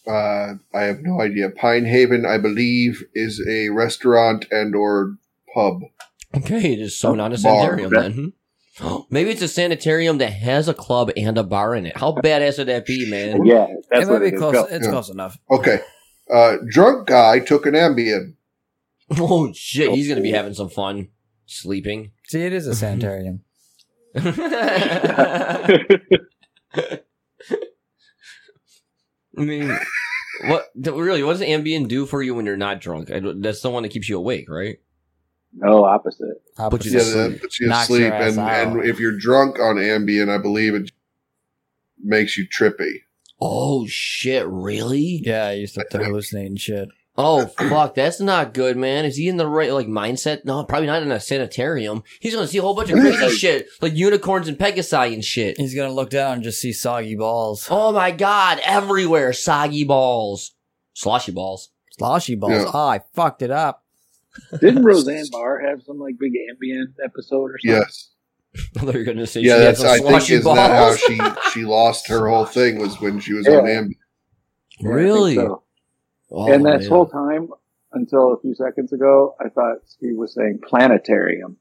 S3: Uh, I have no idea. Pine Haven, I believe, is a restaurant and or pub.
S4: Okay, it is so not a
S3: Bar.
S4: sanitarium then. (gasps) Maybe it's a sanitarium that has a club and a bar in it. How badass would that (laughs) be, man?
S6: Yeah, that's
S5: it
S6: what
S5: might be
S6: it is.
S5: close.
S6: Go. (laughs)
S5: It's
S3: Yeah.
S5: close enough.
S3: Okay. Uh, drunk guy took an Ambien.
S4: Oh shit, he's gonna be having some fun sleeping. (laughs)
S5: See, it
S3: (laughs)
S5: is a sanitarium.
S4: I mean, what really? What does Ambien do for you when you're not drunk? I don't- That's the one that keeps you awake, right?
S6: No, opposite.
S4: But you
S3: Yeah,
S4: just-
S3: that puts you to
S5: Knocks your
S3: sleep,
S5: ass
S3: and,
S5: out.
S3: and if you're drunk on Ambien, I believe it makes you trippy.
S4: Oh shit! Really?
S5: yeah, I used to hallucinate and shit.
S4: Oh fuck, that's not good, man. Is he in the right like mindset? No, probably not in a sanitarium. He's gonna see a whole bunch of crazy shit, like unicorns and pegasi and shit.
S5: He's gonna look down and
S3: (laughs)
S5: just see soggy balls,
S4: Oh my god, everywhere soggy balls, sloshy balls.
S5: sloshy balls.
S3: Yeah.
S5: Oh, I fucked
S4: (laughs)
S5: it up.
S6: Didn't Roseanne Barr have some like big ambient episode or something?
S3: Yes.
S4: I thought you were gonna say
S3: Yeah,
S4: she had
S3: that's.
S4: some
S3: I think
S4: sloshy
S3: is that how she she lost her whole thing was when she was on
S6: Yeah.
S3: Ambien.
S6: Yeah, I think
S4: (laughs) Really?
S6: so.
S5: Oh,
S6: and this
S5: man.
S6: whole time, until a few seconds ago, I thought Steve was saying planetarium.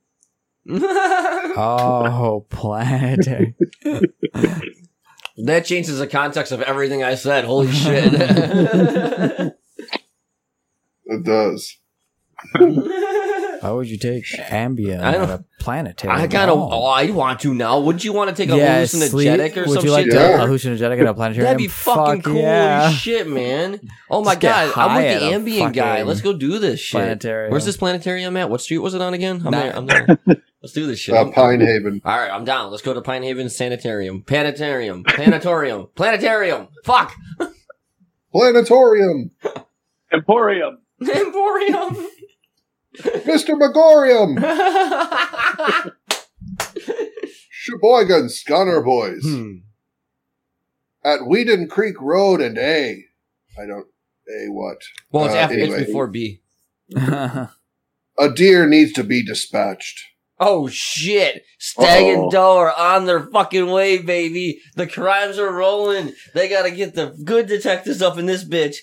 S3: (laughs)
S5: Oh, planetary.
S4: That changes the context of everything I said.
S5: (laughs)
S4: Holy shit. (laughs) That's
S3: It does.
S5: Why would you take Ambien
S4: I
S5: I
S4: don't-
S5: a planetary?
S4: I kind of,
S5: No.
S4: oh, I want to now. Would you want to take a
S5: Yeah,
S4: hallucinogenic
S5: sleep.
S4: or
S5: Would
S4: some
S5: you like
S4: shit?
S5: to
S3: Yeah.
S5: hallucinogenic at a planetarium?
S4: That'd be fucking
S5: Fuck
S4: cool
S5: Yeah. (laughs)
S4: as shit, man. Oh my
S5: Just get
S4: god, I'm
S5: high
S4: with the
S5: at a
S4: ambient guy.
S5: fucking
S4: Let's go do this shit.
S5: planetarium.
S4: Where's
S5: (laughs)
S4: this planetarium at? What street was it on again? I'm
S5: Nah.
S3: (laughs)
S4: there. I'm there. Let's do this shit.
S3: Uh,
S4: I'm-
S3: Pine Haven.
S4: All right, I'm down. Let's go to Pine Haven Sanitarium, Planetarium,
S5: (laughs)
S4: Planetarium, Planetarium. Fuck, (laughs)
S3: Planetarium.
S6: Emporium.
S3: (laughs)
S4: Emporium. (laughs)
S3: Mr. Megorium. Sheboygan Gunner Boys.
S4: Hmm.
S3: At Whedon Creek Road and A. I don't. A what?
S4: Well, it's
S3: Uh,
S4: after
S3: anyway.
S4: it's before B.
S3: A deer needs to be dispatched.
S4: Oh shit! Stag and Doe are on their fucking way, baby. The crimes are rolling. They gotta get the good detectives up in this bitch.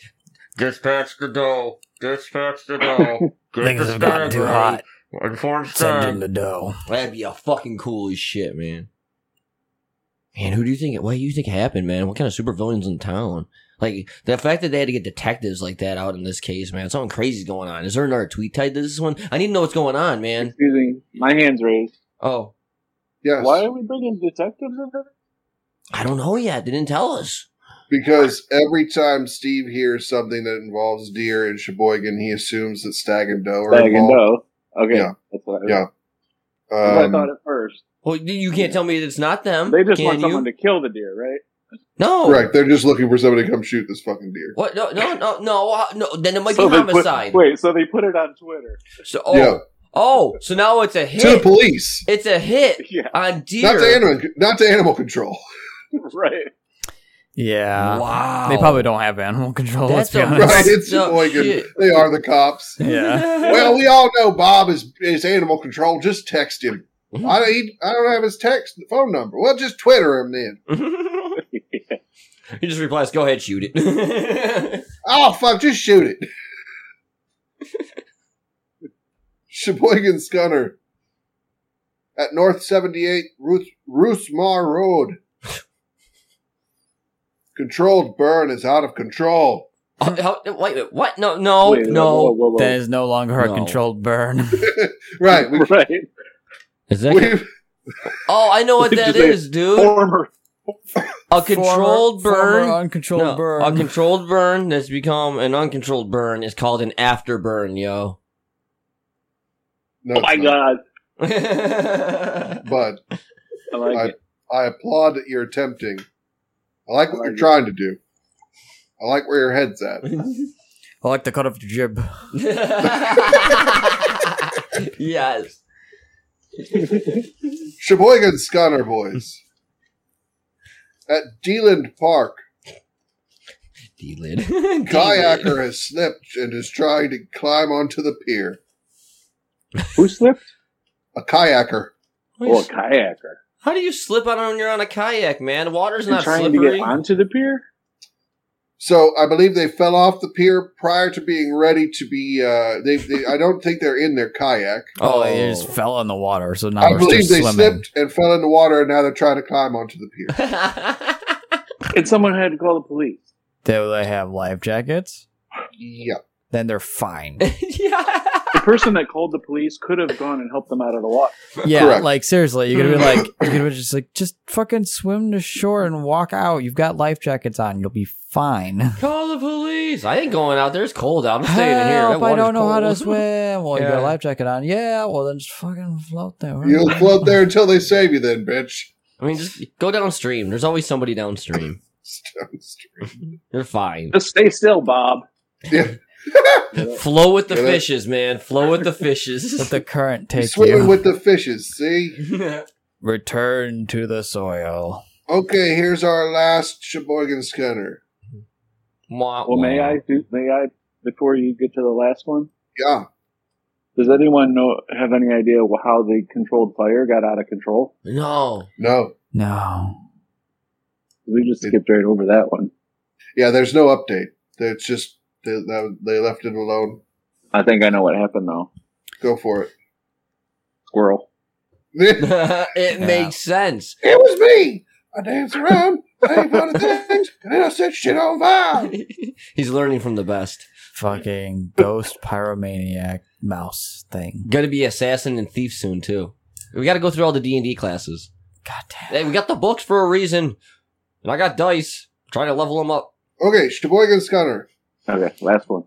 S4: Dispatch the Doe. Dispatch the
S5: (laughs)
S4: Doe. Get
S5: Things
S4: the
S5: have
S4: Stag
S5: gotten too
S4: ready.
S5: hot.
S4: Inform
S5: Send
S4: Stag.
S5: in the dough.
S4: That'd be a fucking cool as shit, man. Man, who do you think? What do you think happened, man? What kind of supervillains in town? Like the fact that they had to get detectives like that out in this case, man. Something crazy's going on. Is there another tweet tied to this one? I need to know what's going on, man.
S6: Excuse me. My hand's raised.
S4: Oh,
S3: Yes.
S6: Why are we bringing detectives into this?
S4: I don't know yet. They didn't tell us.
S3: Because every time Steve hears something that involves deer in Sheboygan, he assumes that Stag and Doe are
S6: Bag and
S3: involved.
S6: dough. Okay.
S3: Yeah.
S6: That's what I,
S3: Yeah.
S6: that's what I
S3: Um,
S6: thought at first.
S4: Well, you- you can't tell me that it's not them.
S6: They just
S4: can
S6: want
S4: you?
S6: someone to kill the deer, right?
S4: No.
S3: correct. They're just looking for somebody to come shoot this fucking deer.
S4: What? No, no, no, no, uh, no. Then it might
S6: So
S4: be
S6: they put-
S4: homicide.
S6: wait, so they put it on Twitter. (laughs)
S4: So, oh,
S3: Yeah.
S4: oh, so now it's a
S3: To the
S4: hit.
S3: police.
S4: It's a hit
S6: Yeah,
S4: on
S3: Not to
S4: deer.
S3: animal. Not to animal control.
S6: right.
S5: Yeah.
S4: Wow.
S5: They
S4: (laughs)
S5: probably don't have animal control.
S4: That's
S5: let's be
S4: a-
S5: honest.
S3: Right. It's
S4: No,
S3: Sheboygan.
S4: shit.
S3: They are the
S5: (laughs)
S3: cops.
S5: Yeah.
S3: Well, we all know Bob is is animal control. Just text him. I he, I don't have his text phone number. Well, just Twitter him then.
S4: he just replies, "Go ahead, shoot it." (laughs)
S3: Oh fuck, just shoot it. Sheboygan Scunner at North 78 Ruth, Roosmar Road. Controlled burn is out of control.
S4: Oh, how- wait, wait, what? No, no,
S6: Wait, (laughs) whoa,
S4: no.
S6: whoa, whoa.
S5: That is no longer a
S4: No.
S5: controlled burn.
S3: Right. We've,
S6: (laughs) right.
S4: Is that?
S3: we've,
S4: oh, I know what that
S6: (laughs) Just a
S4: is, dude.
S6: Former.
S4: A controlled
S5: Former-
S4: burn.
S5: former uncontrolled
S4: No,
S5: burn.
S4: A controlled burn that's become an uncontrolled burn is called an afterburn,
S5: (laughs)
S4: yo.
S3: no,
S6: Oh (laughs) my
S3: it's not.
S6: god.
S3: But
S6: I like
S3: I,
S6: it.
S3: I applaud that you're attempting. I like what
S6: I
S3: you're
S6: like it.
S3: trying to do. I like where your head's at.
S5: I like the cut of your jib.
S4: yes.
S3: Sheboygan Scunner Boys at Deland Park.
S4: D-lid.
S3: Kayaker has slipped and is trying to climb onto the pier.
S6: Who slipped?
S3: A kayaker.
S6: Oh, a kayaker.
S4: How do you slip out when you're on a kayak, man? Water's
S6: And
S4: not
S6: trying
S4: slippery.
S6: to get onto the pier?
S3: So I believe they fell off the pier prior to being ready to be. Uh, they, they, I don't think they're in their kayak.
S5: Oh, it just fell in the water, so now
S3: I
S5: we're
S3: believe
S5: still
S3: they
S5: swimming.
S3: slipped and fell in the water, and now they're trying to climb onto the
S4: (laughs)
S3: pier.
S5: (laughs)
S6: And someone had to call the police.
S5: Do they have life jackets?
S3: yeah,
S5: Then
S4: (laughs)
S5: they're fine.
S4: yeah.
S6: The person that called the police could have gone and helped them out of the water.
S5: Yeah,
S3: Correct.
S5: like seriously, you're gonna be like, you're gonna be just like, just fucking swim to shore and walk out. You've got life jackets on, you'll be fine.
S4: Call the police. I ain't going out there. It's cold out. I'm staying in here. That
S5: Help, I
S4: water's
S5: don't know how to
S4: cold. (laughs)
S5: swim. Well, you got
S4: Yeah.
S5: a life jacket on. Yeah, well then just fucking float there.
S3: you'll float there until they save you, then, bitch.
S4: I mean, just go downstream. There's always somebody downstream. You're fine.
S6: Just stay still, Bob.
S3: Yeah.
S4: Flow with the
S3: Yeah, that-
S4: fishes, man. Flow with the
S5: Let
S4: (laughs) fishes.
S5: the current take
S3: Swimming
S5: you.
S3: with the fishes. See.
S5: Return to the soil.
S3: Okay, here's our last Sheboygan Scunner.
S4: Wah,
S6: Well, may
S4: wah.
S6: I do? May I? Before you get to the last one,
S3: Yeah,
S6: does anyone know have any idea how the controlled fire got out of control?
S4: No.
S3: no,
S5: No.
S4: (laughs)
S6: We just skipped right over that one.
S3: yeah. There's no update. It's just They, that- they left it alone.
S6: I think I know what happened though.
S3: Go for it.
S6: Squirrel.
S3: it (laughs)
S4: Uh, it
S5: Yeah.
S4: makes sense.
S3: was me. I danced around. I ate one of things, and then I set shit on fire.
S4: (laughs) He's learning from the best.
S5: Fucking ghost pyromaniac mouse thing.
S4: Gonna be assassin and thief soon too. We got to go through all the D and D classes.
S5: God damn.
S4: Hey, we got the books for a reason, and I got dice. Trying to level them up.
S3: Okay, Sheboygan Scunner.
S6: Okay, last one.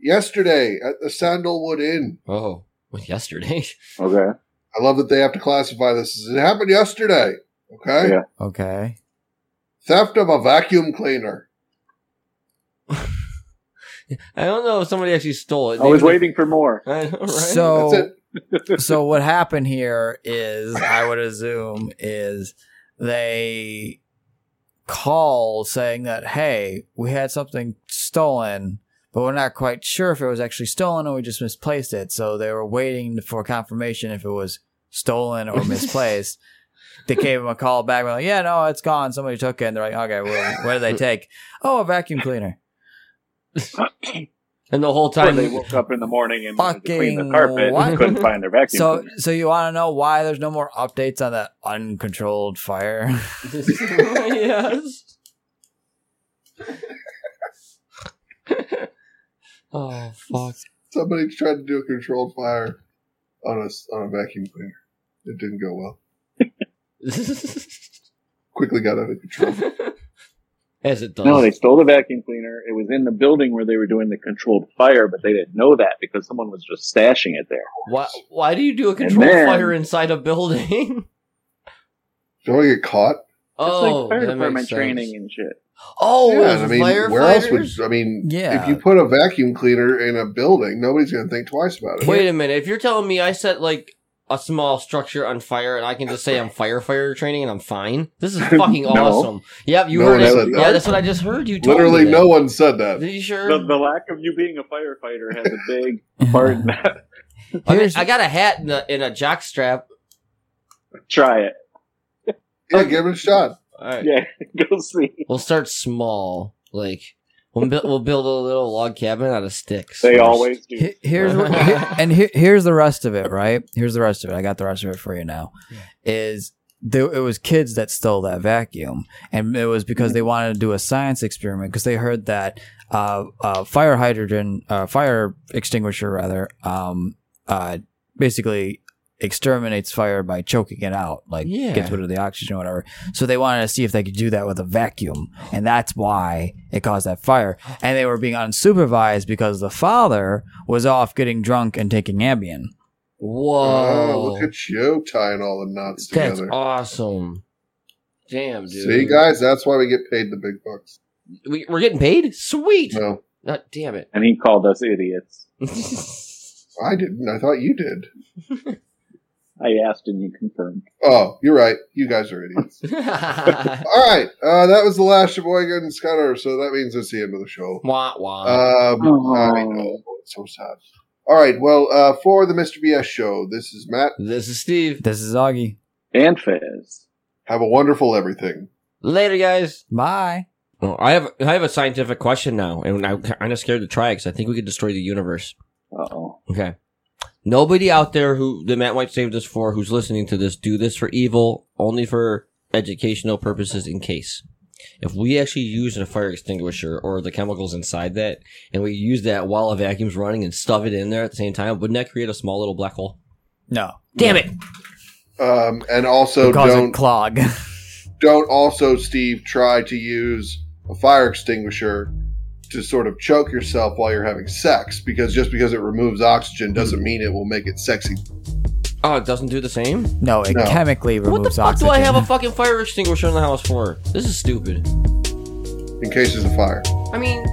S3: Yesterday at the Sandalwood Inn.
S4: Oh, (laughs) well, yesterday.
S6: Okay.
S3: I love that they have to classify this as it happened yesterday. Okay?
S6: Yeah.
S5: Okay.
S3: Theft of a vacuum cleaner.
S4: I don't know if somebody actually stole it.
S6: I was waiting for more.
S4: (laughs) I know, (laughs) right?
S5: So
S3: That's
S5: so what happened here is I would assume is they call saying that hey we had something stolen but we're not quite sure if it was actually stolen or we just misplaced it so they were waiting for confirmation if it was stolen or misplaced they gave them a call back we're like yeah no it's gone somebody took it and they're like okay well, what did they take oh a vacuum cleaner
S4: and the whole
S6: When
S4: time
S6: they
S4: they
S6: woke up in the morning and wanted to clean the
S5: Fucking
S6: carpet
S5: what?
S6: and couldn't find their vacuum. (laughs)
S5: so
S6: cleaner.
S5: so you want to know why there's no more updates on that uncontrolled fire
S4: (laughs) yes. (laughs) oh fuck!
S3: Somebody tried to do a controlled fire on a, s- on a vacuum cleaner. It didn't go well.
S4: (laughs)
S3: Quickly got out of control.
S4: As it does.
S6: No, they stole the vacuum cleaner. It was in the building where they were doing the controlled fire, but they didn't know that because someone was just stashing it there.
S4: why? Why do you do a control
S6: then-
S4: fire inside a building? (laughs)
S3: Do I get caught?
S6: it's
S4: oh,
S6: like fire
S4: that makes
S6: department
S4: sense.
S6: training and shit.
S4: Oh,
S3: Yeah,
S4: it
S3: I
S4: was
S3: mean,
S4: firefighters?
S3: where else would I mean?
S5: Yeah.
S3: If you put a vacuum cleaner in a building, nobody's going to think twice about it.
S4: Wait a minute. If you're telling me I set like a small structure on fire and I can just say I'm firefighter training and I'm fine,
S6: (laughs)
S4: this is fucking
S6: No.
S4: awesome. Yep, you
S3: No
S4: heard
S3: one
S4: it.
S3: said
S4: Yeah,
S3: that.
S4: that's what I just heard. You told
S3: Literally,
S4: me
S3: no one said that.
S4: Are you sure?
S6: The, the lack of you being a firefighter has a (laughs) big
S5: (laughs)
S6: part in that. (laughs)
S4: I, mean,
S5: Here's-
S4: I got a hat and a, and a jock strap.
S6: Try it.
S3: Yeah, give it a shot.
S4: All right.
S6: Yeah, (laughs) go see.
S4: We'll start small. Like we'll build, we'll build a little log cabin out of sticks.
S6: They
S4: first.
S6: always do.
S5: He- here's what, he- and here, here's the rest of it right here's the rest of it i got the rest of it for you now is there, it was kids that stole that vacuum and it was because they wanted to do a science experiment because they heard that uh, uh, fire hydrogen uh, fire extinguisher rather um, uh, basically exterminates fire by choking it out like
S4: Yeah.
S5: gets rid of the oxygen or whatever so they wanted to see if they could do that with a vacuum and that's why it caused that fire and they were being unsupervised because the father was off getting drunk and taking Ambien.
S3: Oh,
S4: Whoa,
S3: look at you tying all the knots
S4: that's
S3: together.
S4: awesome. Damn, dude.
S3: See, guys, that's why we get paid the big bucks.
S4: we, we're getting paid. Sweet.
S3: No,
S4: God
S3: (laughs)
S4: damn it.
S6: And he called us idiots.
S3: I didn't. I thought you did.
S6: I asked and you confirmed.
S3: Oh, you're right. You guys are idiots.
S4: wah
S3: All right. Uh, that was the last Sheboygan Scudder, so that means it's the end of the show.
S4: wah.
S3: Um,
S6: Oh.
S3: I know. It's so sad. All right. Well, uh, for the Mr. BS show, this is Matt.
S4: this is Steve.
S5: This is Augie.
S6: And Fez.
S3: Have a wonderful everything.
S4: Later, guys.
S5: Bye.
S4: Well, I have I have a scientific question now, and I'm kind of scared to try because I think we could destroy the universe.
S6: Uh oh.
S4: Okay. Nobody out there who the Matt White saved us for who's listening to this, do this for evil, only for educational purposes in case. If we actually use a fire extinguisher or the chemicals inside that, and we use that while a vacuum's running and stuff it in there at the same time, wouldn't that create a small little black hole?
S5: No.
S4: Damn it!
S3: Um, and also,
S5: Cause a
S3: don't
S5: clog. (laughs)
S3: don't also Steve try to use a fire extinguisher to sort of choke yourself while you're having sex because just because it removes oxygen doesn't mean it will make it sexy.
S4: Oh, it doesn't do the same?
S5: no, it
S3: No.
S5: chemically removes
S4: what the fuck
S5: oxygen.
S4: do I have a fucking fire extinguisher in the house for? This is stupid.
S3: In case there's a fire.
S4: I mean,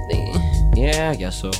S4: yeah, I guess so.